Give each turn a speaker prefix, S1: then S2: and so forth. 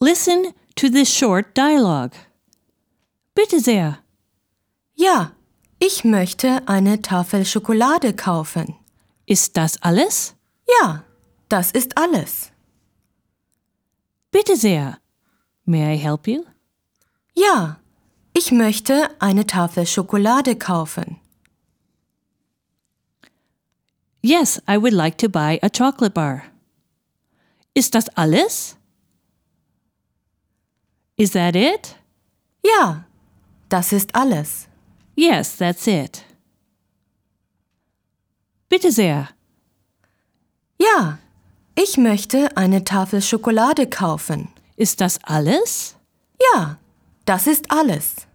S1: Listen to this short dialogue. Bitte sehr.
S2: Ja, ich möchte eine Tafel Schokolade kaufen.
S1: Ist das alles?
S2: Ja, das ist alles.
S1: Bitte sehr. May I help you?
S2: Ja, ich möchte eine Tafel Schokolade kaufen.
S1: Yes, I would like to buy a chocolate bar. Ist das alles? Is that it?
S2: Ja, das ist alles.
S1: Yes, that's it. Bitte sehr.
S2: Ja, ich möchte eine Tafel Schokolade kaufen.
S1: Ist das alles?
S2: Ja, das ist alles.